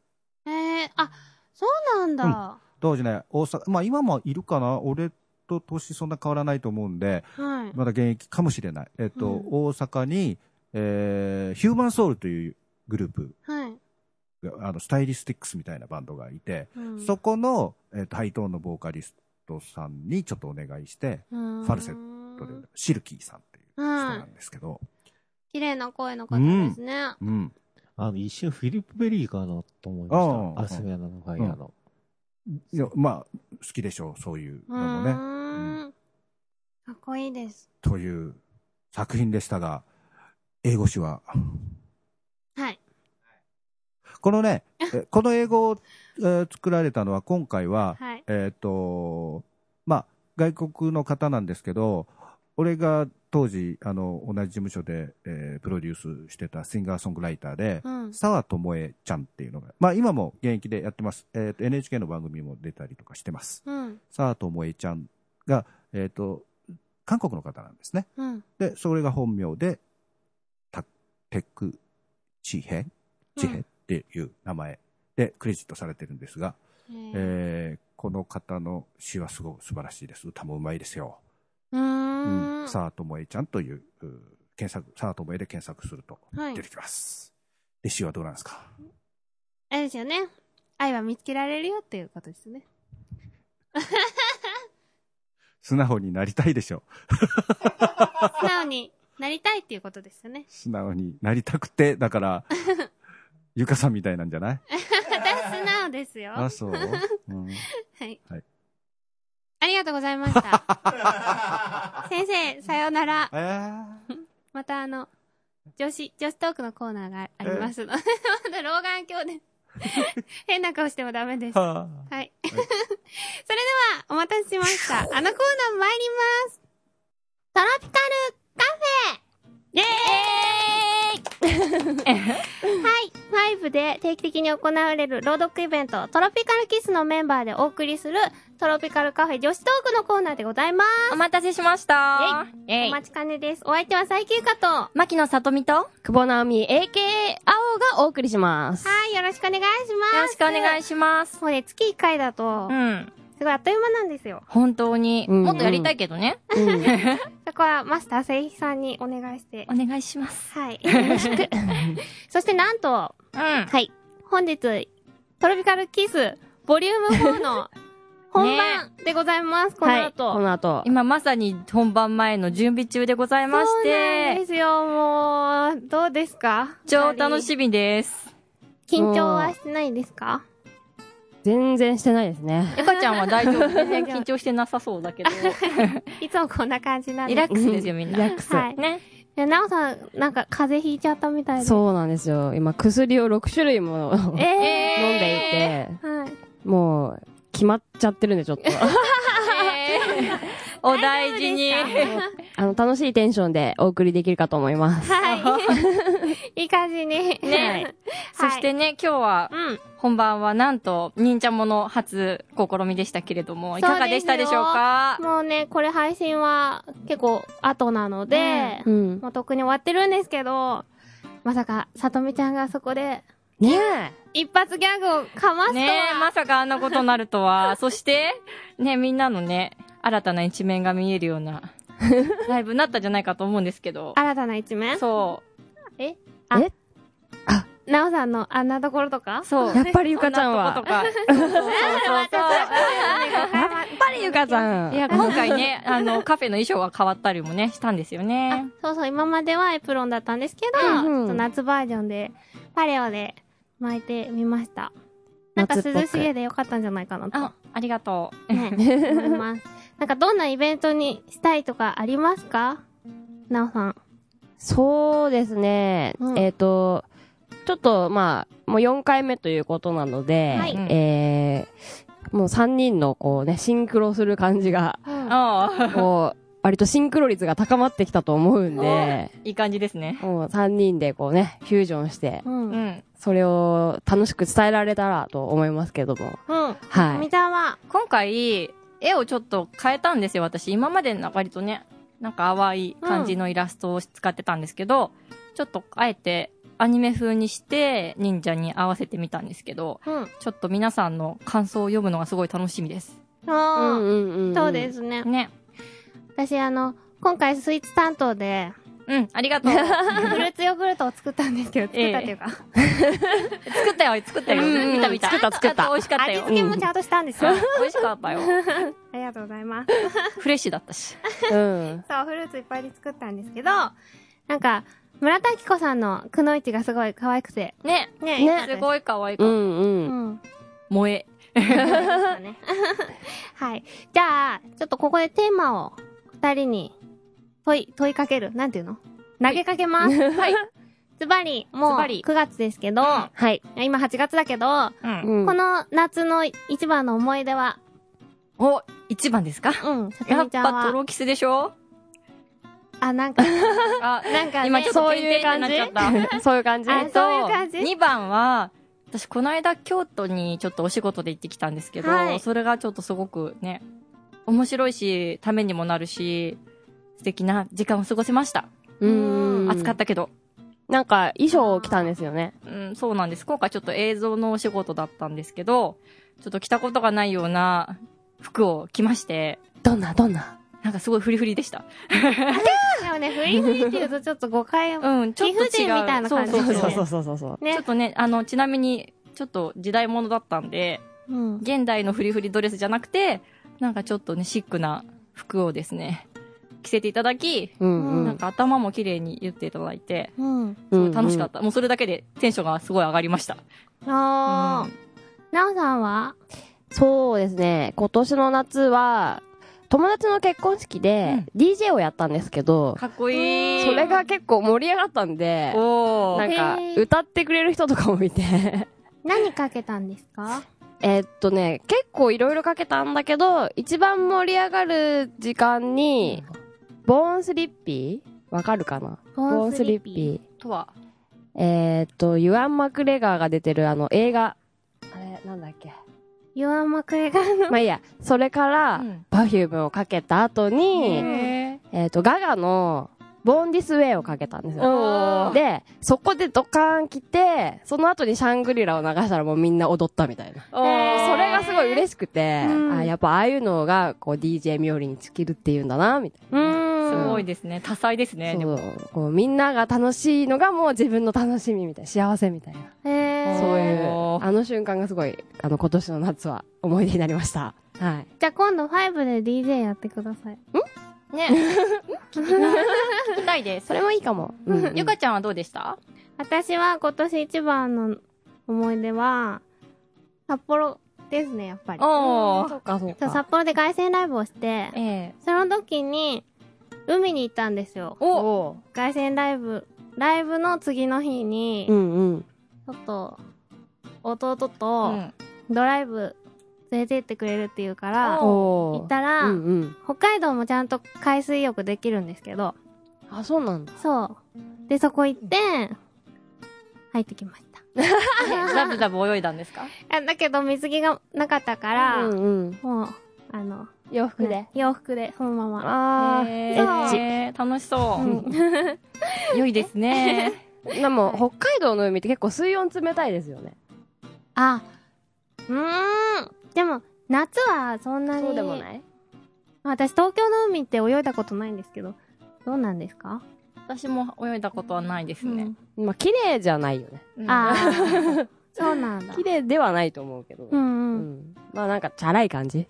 Speaker 1: ええあ、そうなんだ。
Speaker 2: 当時ね、大阪、まあ今もいるかな俺と年そんな変わらないと思うんで、
Speaker 1: はい。
Speaker 2: まだ現役かもしれない。えっと、
Speaker 1: うん
Speaker 2: 大阪に、えー、ヒューマンソウルというグループ
Speaker 1: はい。
Speaker 2: が、あの、スタイリスティックスみたいなバンドがいて、
Speaker 1: うん
Speaker 2: そこの、えっと、ハイトーンのボーカリストさんにちょっとお願いして、
Speaker 1: うん
Speaker 2: ファルセッ
Speaker 1: ト
Speaker 2: シルキーさんっていう人な
Speaker 1: はい。
Speaker 2: んですけど、
Speaker 1: 綺麗な声の方ですね。
Speaker 2: うん。
Speaker 5: あの、一瞬フィリップ・ベリーかなと思いました。
Speaker 2: ああ
Speaker 5: アスメアナのファイヤーの。
Speaker 2: いや、まあ、好きでしょう、そういう
Speaker 1: う
Speaker 2: のもね。
Speaker 1: ーん。かっこいいです。
Speaker 2: という作品でしたが、英語詞は。
Speaker 1: はい。
Speaker 2: このね、えこの英語を、えー作られたのは、今回は、
Speaker 1: はい。
Speaker 2: えっ、と、まあ、外国の方なんですけど、俺が当時、あの、同じ事務所で、えープロデュースしてたシンガーソングライターで、
Speaker 1: うん。
Speaker 2: 沢智恵ちゃんっていうのが、まあ今も現役でやってます。えっ、と、NHK の番組も出たりとかしてます。
Speaker 1: うん。
Speaker 2: 佐藤萌ちゃんが、えっ、と、韓国の方なんですね。
Speaker 1: うん。
Speaker 2: で、それが本名で、タテクチヘチヘっていう名前でクレジットされてるんですが、
Speaker 1: えー
Speaker 2: えーこの方の詩はすごい素晴らしいです。歌もうまいですよ。
Speaker 1: うーん。
Speaker 2: 佐藤萌ちゃんという、うー検索、佐藤萌で検索すると
Speaker 1: はい
Speaker 2: 出。てきます。で、詩はどうなんですか
Speaker 1: あれですよね。愛は見つけられるよっていうことです ね。
Speaker 2: 素直になりたいでしょ。
Speaker 1: 素直になりたいっていうことですよね。
Speaker 2: 素直になりたくて、だから、ゆかさんみたいなんじゃない
Speaker 1: 私素直ですよ。
Speaker 2: あ、
Speaker 1: は
Speaker 2: そう、うん
Speaker 1: い。
Speaker 2: はい
Speaker 1: ありがとうございました。先生、さようなら。
Speaker 2: えー
Speaker 1: またあの、女子、女子トークのコーナーがありますので、 まだ老眼鏡で、変な顔してもダメです。はい。
Speaker 2: は
Speaker 1: それでは、お待たせしました。あのコーナー参ります。トロピカルカフェイェーイはい、ファイブで定期的に行われる朗読イベント、トロピカルキスのメンバーでお送りする、トロピカルカフェ女子トークのコーナーでございます。
Speaker 9: お待たせしました。え
Speaker 1: お待ちかねです。お相手は最休暇と。は
Speaker 9: 牧野里美と、久保直美 AKA 青がお送りします。よ
Speaker 1: い、よろしくお願いし
Speaker 9: ろ
Speaker 1: ま
Speaker 9: し
Speaker 1: す。
Speaker 9: くお願い
Speaker 1: し
Speaker 9: します。
Speaker 1: もうね、月1回だと
Speaker 9: う、ん。
Speaker 1: すごいあっという間なんですよ。
Speaker 9: 本当に。
Speaker 4: うん
Speaker 9: もっとやりたいけどね。
Speaker 1: そこはマスター聖ひさんにお願いして。
Speaker 9: お願いします。
Speaker 1: はい。 よろしく。そしてなんと、
Speaker 9: うん。
Speaker 1: はい。本日、トロピカルキス、ボリューム4の 本番でございます。この後。
Speaker 10: はい、この後。
Speaker 9: 今まさに本番前の準備中でございまし
Speaker 1: そうなん
Speaker 9: て
Speaker 1: で、すよ、もう、どうですか
Speaker 9: 超楽しみです。
Speaker 1: 緊張はしてないですか
Speaker 10: 全然してないですね。
Speaker 9: ゆかちゃんは大丈夫。全然緊張してなさそう だけど。
Speaker 1: いつもこんな感じなんで。
Speaker 9: リラックスですよ、みんな。
Speaker 10: ク
Speaker 1: はい。
Speaker 9: ね。
Speaker 1: いや、なおさん、なんか風邪ひいちゃったみたいで。
Speaker 10: そうなんですよ。今、薬を6種類も飲ん
Speaker 1: ええ
Speaker 10: でいて、
Speaker 1: はい。
Speaker 10: もう、決まっちゃってるんで、ちょっと。
Speaker 9: お大事に。
Speaker 10: あの、楽しいテンションでお送りできるかと思い ます。
Speaker 1: はい。いい感じに。
Speaker 9: ね。
Speaker 1: は
Speaker 9: そ
Speaker 1: い
Speaker 9: してね、今日は
Speaker 1: うん。
Speaker 9: 本番はなんと、忍者もの初試みでしたけれども、い
Speaker 1: そうですよ
Speaker 9: かがでしたでしょうか
Speaker 1: もうね、これ配信は結構後なので、
Speaker 10: うん。
Speaker 1: もうとっくに終わってるんですけど、まさか、さとみちゃんがそこで、
Speaker 10: ねえ。
Speaker 1: 一発ギャグをかますとは。
Speaker 9: ねえ、まさかあんなことになるとは。そして、ねみんなのね、新たな一面が見えるような、ライブになったんじゃないかと思うんですけど。
Speaker 1: 新たな一面
Speaker 9: そ
Speaker 1: なおさんのあんなところとか
Speaker 9: う。そう。
Speaker 10: やっぱりゆかちゃん
Speaker 9: そ
Speaker 10: は
Speaker 9: ん。なとことか。そうそうそう
Speaker 1: やっぱり
Speaker 10: ゆかちゃ
Speaker 9: そう。
Speaker 10: ん。
Speaker 9: いや、今回ね、あの、カフェの衣装が変わったりもね、したんですよね。
Speaker 1: そうそう、今まではエプロンだったんですけど、
Speaker 10: うんうん
Speaker 1: ちょっと夏バージョンで、パレオで巻いてみました。なんか
Speaker 10: 夏っぽく
Speaker 1: 涼しげでよかったんじゃないかなと、
Speaker 9: あ、ありがとう。
Speaker 1: ね、思います。なんかどんなイベントにしたいとかありますかなおさん。
Speaker 10: そうですね。
Speaker 1: うん
Speaker 10: えっ、と、ちょっと、まあ、もう4回目ということなので、
Speaker 1: はい
Speaker 10: えー、もう3人のこうね、シンクロする感じが、
Speaker 9: あ
Speaker 10: こう、割とシンクロ率が高まってきたと思うんで、
Speaker 9: いい感じですね。
Speaker 10: もう3人でこうね、フュージョンして
Speaker 1: う、ん。
Speaker 9: う
Speaker 1: うん。
Speaker 9: ん。
Speaker 10: それを楽しく伝えられたらと思いますけども。は
Speaker 1: み
Speaker 10: い。
Speaker 1: たは、
Speaker 9: 今回、絵をちょっと変えたんですよ、私。今までの割とね、なんか淡い感じのイラストを使ってたんですけど、ちょっとあえてアニメ風にして、忍者に合わせてみたんですけど、
Speaker 1: うん。
Speaker 9: ちょっと皆さんの感想を読むのがすごい楽しみです。
Speaker 1: あー
Speaker 10: んうん
Speaker 1: そうで。すね。
Speaker 9: ね。
Speaker 1: 私、あの、今回スイーツ担当で、
Speaker 9: うん、ありが とう。
Speaker 1: フルーツヨーグルトを作ったんですけど、作ったっていうか、
Speaker 9: 作ったよ、作ったよ。
Speaker 10: うんうん
Speaker 9: 見た見た。
Speaker 10: 作った作った
Speaker 9: あと美味しかった
Speaker 1: 味
Speaker 9: よ。
Speaker 1: 付けもちゃんとしたんです
Speaker 9: う
Speaker 1: よ。
Speaker 9: ん美味しかったよ。
Speaker 1: ありがとうございます。
Speaker 9: フレッシュだったし。
Speaker 10: うん。
Speaker 1: そう、フルーツいっぱいで作ったんですけど、なんか、村田明子さんのくのいちがすごい可愛くて。
Speaker 9: ね。
Speaker 1: ね
Speaker 9: す
Speaker 1: い。
Speaker 9: ごい可愛いうかっ
Speaker 10: ん
Speaker 1: う
Speaker 10: うん。
Speaker 1: ん。
Speaker 9: た。萌え。
Speaker 1: ね、 はい。じゃあ、ちょっとここでテーマを二人に問い、問いかける。なんていうの投げかけます。はい。ズバリ、も
Speaker 9: ズ
Speaker 1: う
Speaker 9: バリ
Speaker 1: 9月ですけど、
Speaker 10: はい。
Speaker 1: 今8月だけど、
Speaker 9: うん。
Speaker 10: うん
Speaker 1: この夏の一番の思い出は、
Speaker 9: お、一番ですか
Speaker 1: うん、さと
Speaker 9: や
Speaker 1: み
Speaker 9: っ
Speaker 1: ちゃん
Speaker 9: ぱト
Speaker 1: は、
Speaker 9: ロキスでしょ
Speaker 1: あ、なんか、
Speaker 9: あ、
Speaker 1: なんか、ね、
Speaker 9: 今ちょっと
Speaker 10: そう
Speaker 9: 検
Speaker 10: い
Speaker 9: 定
Speaker 10: う
Speaker 9: に
Speaker 10: 感
Speaker 9: なっ
Speaker 10: じ
Speaker 9: ちゃった。
Speaker 10: そういう感じ
Speaker 1: あそういう感じ
Speaker 9: 2番は、私この間京都にちょっとお仕事で行ってきたんですけど、
Speaker 1: はい
Speaker 9: それがちょっとすごくね、面白いし、ためにもなるし、素敵な時間を過ごせました。
Speaker 10: うん。
Speaker 9: 暑かったけど。
Speaker 10: なんか、衣装を着たんですよね。
Speaker 9: うん、そうなんです。今回ちょっと映像のお仕事だったんですけど、ちょっと着たことがないような服を着まして、
Speaker 10: どんな、どんな。
Speaker 9: なんかすごいフリフリでした。
Speaker 1: でもね、フリーフリーって言うとちょっと誤解を。
Speaker 9: うん、ちょっと違う。
Speaker 1: 貴婦人みたいな感じ
Speaker 9: そ
Speaker 1: です
Speaker 9: うそ
Speaker 1: ね
Speaker 9: うそう
Speaker 10: うそうそうそう。
Speaker 1: ね
Speaker 9: ちょっとね、あの、ちなみに、ちょっと時代物だったんで、
Speaker 1: うん。
Speaker 9: 現代のフリフリドレスじゃなくて、なんかちょっとね、シックな服をですね、着せていただき、
Speaker 10: うんう
Speaker 9: なん
Speaker 10: ん。
Speaker 9: か頭も綺麗に言っていただいて、
Speaker 1: うん。
Speaker 9: すごい楽しかった。もうそれだけでテンションがすごい上がりました。
Speaker 1: あー。なおさんは
Speaker 10: そうですね。今年の夏は、友達の結婚式で DJ をやったんですけど、
Speaker 9: かっこいい。
Speaker 10: それが結構盛り上がったんで、
Speaker 9: お
Speaker 10: な
Speaker 9: ー
Speaker 10: んか
Speaker 1: へー
Speaker 10: 歌ってくれる人とかもいて、
Speaker 1: 何かけたんですか
Speaker 10: えーっとね、結構いろいろかけたんだけど、一番盛り上がる時間に、ボーンスリッピーわかるかなボーンスリッピー。
Speaker 9: とは、
Speaker 10: えーっと、ユアン・マクレガーが出てるあの映画。あれ、なんだっけ。
Speaker 1: ユアン・マクレガーの。
Speaker 10: まあいいや、それから、パフュームをかけた後に、
Speaker 1: へ
Speaker 10: えっ、と、ガガの、ボーンディスウェイをかけたんです
Speaker 1: お
Speaker 10: よ。で、そこでドカーン来て、その後にシャングリラを流したらもうみんな踊ったみたいな。それがすごい嬉しくて、あやっぱああいうのが、こう DJ 冥利に尽きるっていうんだな、みたいな。
Speaker 9: すごいですね。多彩ですね。 でも
Speaker 10: そうこうみんなが楽しいのがもう自分の楽しみみたいな、幸せみたいな。
Speaker 1: え
Speaker 10: そういう、あの瞬間がすごい、あの今年の夏は思い出になりました。はい。
Speaker 1: じゃあ今度5で DJ やってください。ん
Speaker 9: ね聞きたいです。
Speaker 10: それもいいかも。
Speaker 9: ゆかちゃんはどうでした
Speaker 1: 私は今年一番の思い出は、札幌ですね、やっぱり。
Speaker 9: おー
Speaker 10: そうかそう
Speaker 1: そう札幌で凱旋ライブをして、その時に、海に行ったんですよ。
Speaker 9: お
Speaker 1: 凱旋ライブ、ライブの次の日に、
Speaker 10: うんうん。
Speaker 1: ちょっと、弟と、ドライブ連れてってくれるっていうから、
Speaker 10: おー
Speaker 1: 行ったら、
Speaker 10: うんうん
Speaker 1: 北海道もちゃんと海水浴できるんですけど、
Speaker 10: あ、そうなんだ。
Speaker 1: そう。で、そこ行って、入ってきまし
Speaker 9: ダ ブダブ泳いだんですか
Speaker 1: た。あだけど、水着がなかったから、
Speaker 9: うん
Speaker 1: もう、あの、
Speaker 10: 洋服で。
Speaker 1: 洋服で、そのまま。
Speaker 10: あー
Speaker 1: へ
Speaker 9: エッチ。楽しそう。
Speaker 10: 良
Speaker 9: いですね。
Speaker 10: でも、北海道の海って結構水温冷たいですよね。
Speaker 1: あ、うーん。でも、夏はそんなに。
Speaker 10: そうでもない
Speaker 1: 私、東京の海って泳いだことないんですけど、どうなんですか
Speaker 9: 私も泳いだことはないですね。
Speaker 10: まあ、綺麗じゃないよね。
Speaker 1: あ あ、そうなんだ。
Speaker 10: 綺麗ではないと思うけど。
Speaker 1: うんうん
Speaker 10: うんまあ、なんか、チャラい感じ。
Speaker 9: え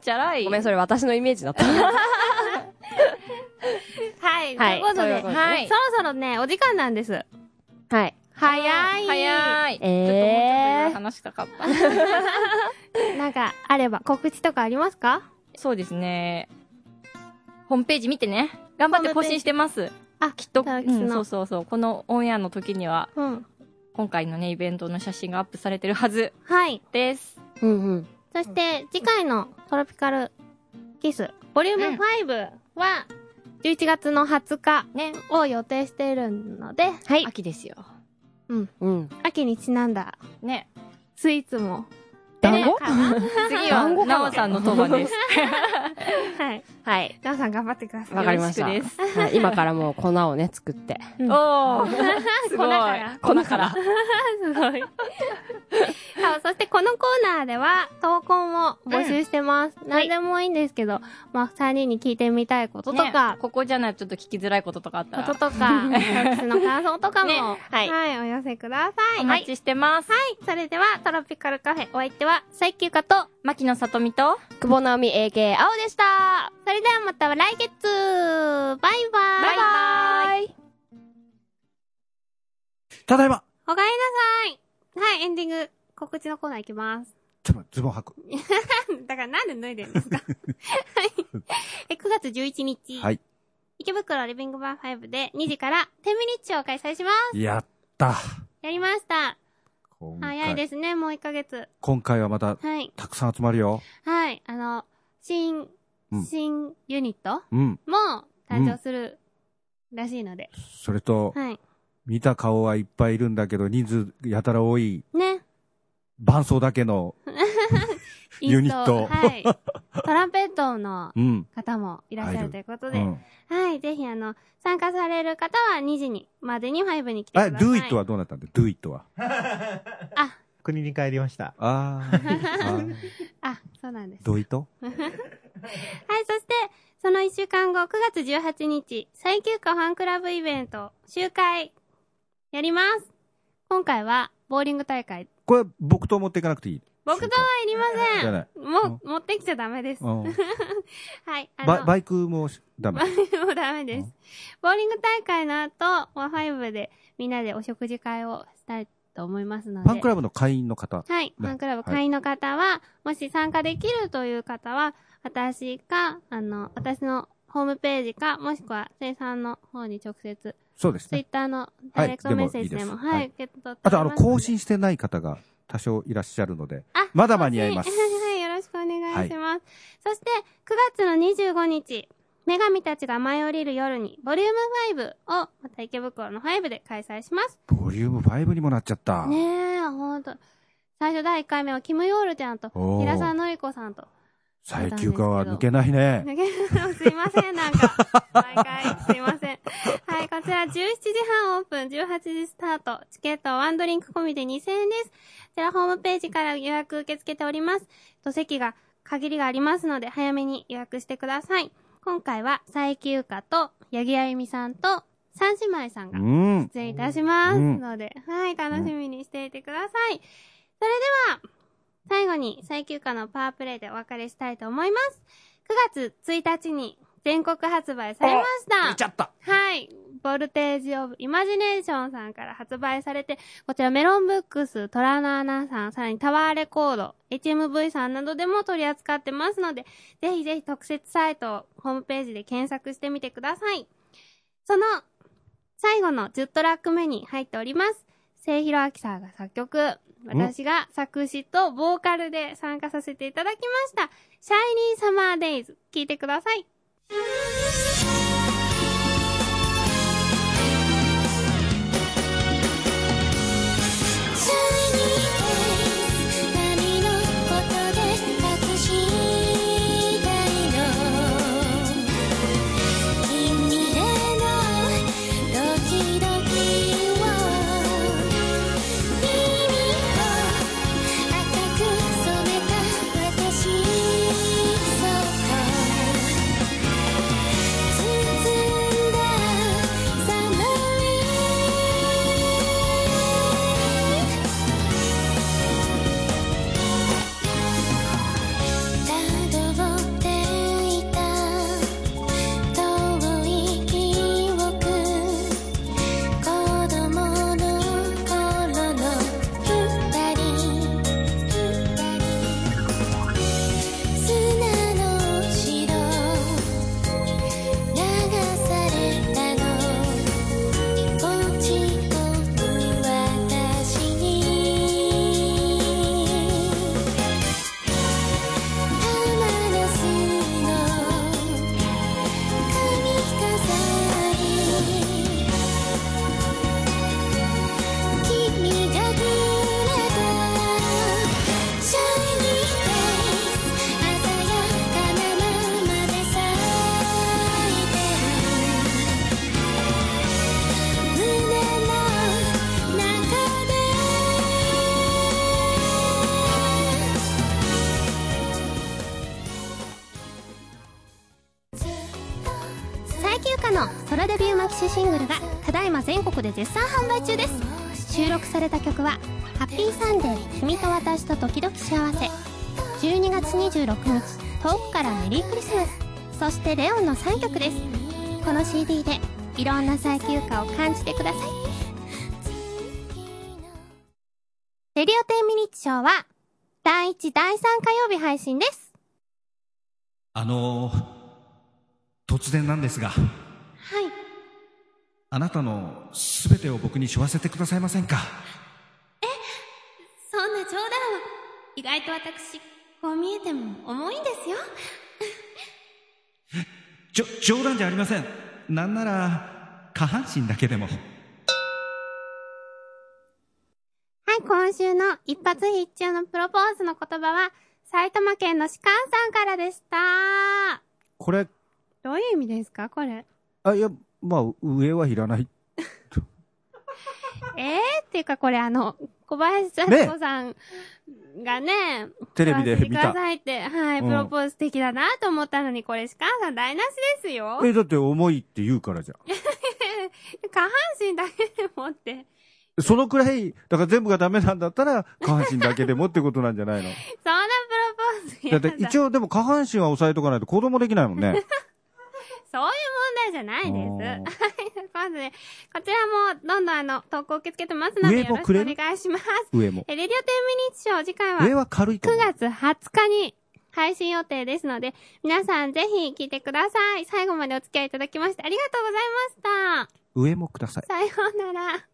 Speaker 9: チャラい
Speaker 10: ごめん、それ私のイメージだった。
Speaker 1: はい、
Speaker 10: はい
Speaker 1: ということ
Speaker 10: と
Speaker 1: で
Speaker 10: いうことで
Speaker 1: はい、そろそろね、お時間なんです。
Speaker 10: はい。
Speaker 1: 早い。
Speaker 9: 早い。ちょっともうちょっと話したかった。
Speaker 1: なんか、あれば、告知とかありますか
Speaker 9: そうですね。ホームページ見てね。頑張って更新してます。
Speaker 1: あ、
Speaker 9: きっと、
Speaker 1: ただき
Speaker 9: うん
Speaker 1: の
Speaker 9: そうそうそう。このオンエアの時には、
Speaker 1: うん。
Speaker 9: 今回のね、イベントの写真がアップされてるはず
Speaker 1: はい。
Speaker 9: です。
Speaker 10: うんうん。
Speaker 1: そして、次回のトロピカルキス、ボリューム5は、11月の20日を予定しているので、
Speaker 10: はい。
Speaker 9: 秋ですよ。
Speaker 1: うん。
Speaker 10: うん。
Speaker 1: 秋にちなんだ、
Speaker 9: ね。
Speaker 1: スイーツも。
Speaker 10: 団子
Speaker 9: 次は、
Speaker 10: 団子かな
Speaker 9: なおさんの当番です。
Speaker 1: はい。
Speaker 10: はい。
Speaker 1: なおさん頑張ってく ださい。
Speaker 10: わかりました。
Speaker 9: よろしくです
Speaker 10: はい今からもう粉をね、作って。
Speaker 1: うん
Speaker 9: おーすご
Speaker 1: 粉
Speaker 9: い
Speaker 1: から。
Speaker 10: 粉から。
Speaker 1: すごい。あそしてこのコーナーでは投稿も募集してます。何でもいいんですけど、まあ3人に聞いてみたいこととか、
Speaker 9: ねここじゃないとちょっと聞きづらいこととかあった
Speaker 1: こと
Speaker 9: ら、
Speaker 1: とか、私の感想とかも、
Speaker 9: ね
Speaker 1: は、
Speaker 9: はいい
Speaker 1: お寄せください。
Speaker 9: お待ちしてます。
Speaker 1: はい、それではトロピカルカフェお相手は最休暇と、
Speaker 9: 牧野さとみと、
Speaker 10: 久保直美 AK 青でした
Speaker 1: それではまた来月バイバイ
Speaker 9: バイバイ
Speaker 2: ただいま
Speaker 1: おかえりなさいはい、エンディング、告知のコーナーいきます。
Speaker 2: ちょっと待ってズボン履く。
Speaker 1: だからなんで脱いでるん ですかはい。え、9月11日。
Speaker 2: はい。
Speaker 1: 池袋リビングバー5で2時から10ミニッチを開催します。
Speaker 2: やった。
Speaker 1: やりました。
Speaker 2: 今回
Speaker 1: 早いですね、もう1ヶ月。
Speaker 2: 今回はまた、
Speaker 1: はい。
Speaker 2: たくさん集まるよ。
Speaker 1: はい。あの、新
Speaker 2: う、ん
Speaker 1: 新ユニット
Speaker 2: うん。
Speaker 1: も誕生するらしいので。
Speaker 2: それと、
Speaker 1: はい。
Speaker 2: 見た顔はいっぱいいるんだけど、人数やたら多い、
Speaker 1: ね。
Speaker 2: 伴奏だけの、
Speaker 1: いい
Speaker 2: ユニット
Speaker 1: はい。 トランペットの
Speaker 2: うん。
Speaker 1: 方もいらっしゃ
Speaker 2: 入
Speaker 1: る
Speaker 2: る
Speaker 1: ということ
Speaker 2: う
Speaker 1: で。
Speaker 2: ん。
Speaker 1: はい。ぜひ、あの、参加される方は2時に、までに5に来てくだ
Speaker 2: あ、
Speaker 1: さい。
Speaker 2: do it はどうなったんだ ?do it は。
Speaker 5: 国に帰りました。
Speaker 2: あ ー
Speaker 1: あ、そうなんです。
Speaker 2: どいと
Speaker 1: はい、そして、その1週間後、9月18日、最休暇ファンクラブイベント、集会、やります。今回は、ボーリング大会。
Speaker 2: これは僕と持っていかなくていい
Speaker 1: 僕とはいりま
Speaker 2: じゃない
Speaker 1: せん。もう、持ってきちゃダメです。は
Speaker 2: うん
Speaker 1: い、あ
Speaker 2: バ
Speaker 1: の、
Speaker 2: バイクもダメ。
Speaker 1: もうダメです。ボーリング大会の後、ワファイブでみんなでお食事会をしたいと思いますので。
Speaker 2: ファンクラブの会員の方。
Speaker 1: はい。フ
Speaker 2: ね
Speaker 1: ァンクラブ会員の方は、もし参加できるという方は、私か、あの、私のホームページか、もしくは、生産の方に直接、
Speaker 2: そうです
Speaker 1: ツイ
Speaker 2: ね
Speaker 1: ッ。ターのダ
Speaker 2: はい
Speaker 1: イレクトメッセージでも、
Speaker 2: でもいいです
Speaker 1: は
Speaker 2: はい
Speaker 1: い、受け取っております。
Speaker 2: あと、あの、更新してない方が多少いらっしゃるので、
Speaker 1: あ、
Speaker 2: まだ間に合います
Speaker 1: 更新はい、よろしくお願いします。そして、9月の25日、女神たちが舞い降りる夜に、ボリューム5を、また池袋の5で開催します。
Speaker 2: ボリューム5にもなっちゃった。
Speaker 1: ねえ、ほんと。最初第1回目はキム・ヨールちゃんと、
Speaker 2: おー
Speaker 1: 平沢のり子さんと。
Speaker 2: 最休暇は抜けないね。
Speaker 1: 抜け すいません、なんか。毎回、すいません。はい、こちら17時半オープン、18時スタート。チケットはワンドリンク込みで2000円です。こちらホームページから予約受け付けております。と席が限りがありますので、早めに予約してください。今回は、最休暇と、八木あゆみさんと、三姉妹さんが
Speaker 2: うん。
Speaker 1: 失礼いたします
Speaker 2: うん
Speaker 1: ので、はい、楽しみにしていてください。それでは、最後に最休暇のパワープレイでお別れしたいと思います。9月1日に全国発売されました。
Speaker 2: 見ちゃった。
Speaker 1: はい。ボルテージオブイマジネーションさんから発売されて、こちらメロンブックス、トラナーナさん、さらにタワーレコード、HMV さんなどでも取り扱ってますので、ぜひぜひ特設サイトをホームページで検索してみてください。その最後の10トラック目に入っております。聖弘明さんが作曲、私が作詞とボーカルで参加させていただきました。シャイニーサマーデイズ、聴いてください。
Speaker 6: 「シャイニーデイズ」「何のことで隠したいの」「君へのドキドキを」「耳を赤く染めた私そっと」「包んだ寒い」「たどっていた遠い記憶」「子供の頃の二人」「砂の城流されたの」「落ち込む私に」「ハマナスの髪飾り」「君がくれたシャイニーデイズ」「鮮やかなままで咲いてる」「胸の中で」
Speaker 11: 最休暇の空デビューマキシシングルがただいま全国で絶賛販売中です収録された曲は「ハッピーサンデー君と私と時々幸せ」12月26日遠くからメリークリスマスそして「レオン」の3曲ですこの CD でいろんな最休暇を感じてくださいレディオ10ミニッチショーは第1第3火曜日配信です
Speaker 12: あのー突然なんですが、あなたのすべてを僕に背負わせてくださいませんか
Speaker 1: そんな冗談を意外と私こう見えても重いんですよ
Speaker 12: じょ冗談じゃありませんなんなら下半身だけでも
Speaker 1: はい今週の一発必中のプロポーズの言葉は埼玉県の士官さんからでした
Speaker 2: これ、
Speaker 1: どういう意味ですかこれ
Speaker 2: あ、いや、まあ、上はいらない。
Speaker 1: えー、っていうかこれあの小林幸子さんがね
Speaker 2: テレビで見
Speaker 1: 言わせて
Speaker 2: た
Speaker 1: くださいってはい
Speaker 2: うん
Speaker 1: プロポーズ的だなと思ったのにこれ士官さん台無しですよ
Speaker 2: え、だって重いって言うからじゃん。
Speaker 1: 下半身だけでもって
Speaker 2: そのくらい、だから全部がダメなんだったら、下半身だけでもってことなんじゃな いの
Speaker 1: そんなプロポーズ
Speaker 2: だ
Speaker 1: や
Speaker 2: って
Speaker 1: だ
Speaker 2: 一応でも下半身は抑えとかないと行動もできないもんね。
Speaker 1: そういう問題じゃないです。はい、ということで、こちらもどんどんあの、投稿受け付けてますので、
Speaker 2: 上
Speaker 1: よろ
Speaker 2: も
Speaker 1: しく
Speaker 2: くれ
Speaker 1: お
Speaker 2: る
Speaker 1: 願いします。
Speaker 2: 上も
Speaker 1: え、レディオ10ミニッチショー、次回は、
Speaker 2: 上は軽いと
Speaker 1: 9
Speaker 2: 思う
Speaker 1: 月20日に配信予定ですので、皆さんぜひ聞いてください。最後までお付き合いいただきましてありがとうございまし
Speaker 2: 上もください
Speaker 1: た。。さようなら。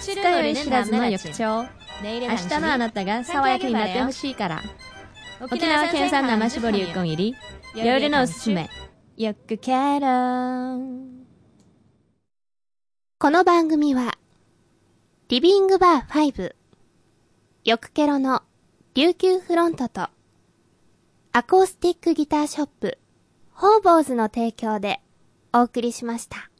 Speaker 13: 知らない知らずの翌朝明日のあなたが爽やかになってほしいから
Speaker 9: 沖縄県産生絞りうこん入り夜のおすすめよくケロ
Speaker 6: この番組は、リビングバー5、よくケロの琉球フロントと、アコースティックギターショップ、ホーボーズの提供でお送りしました。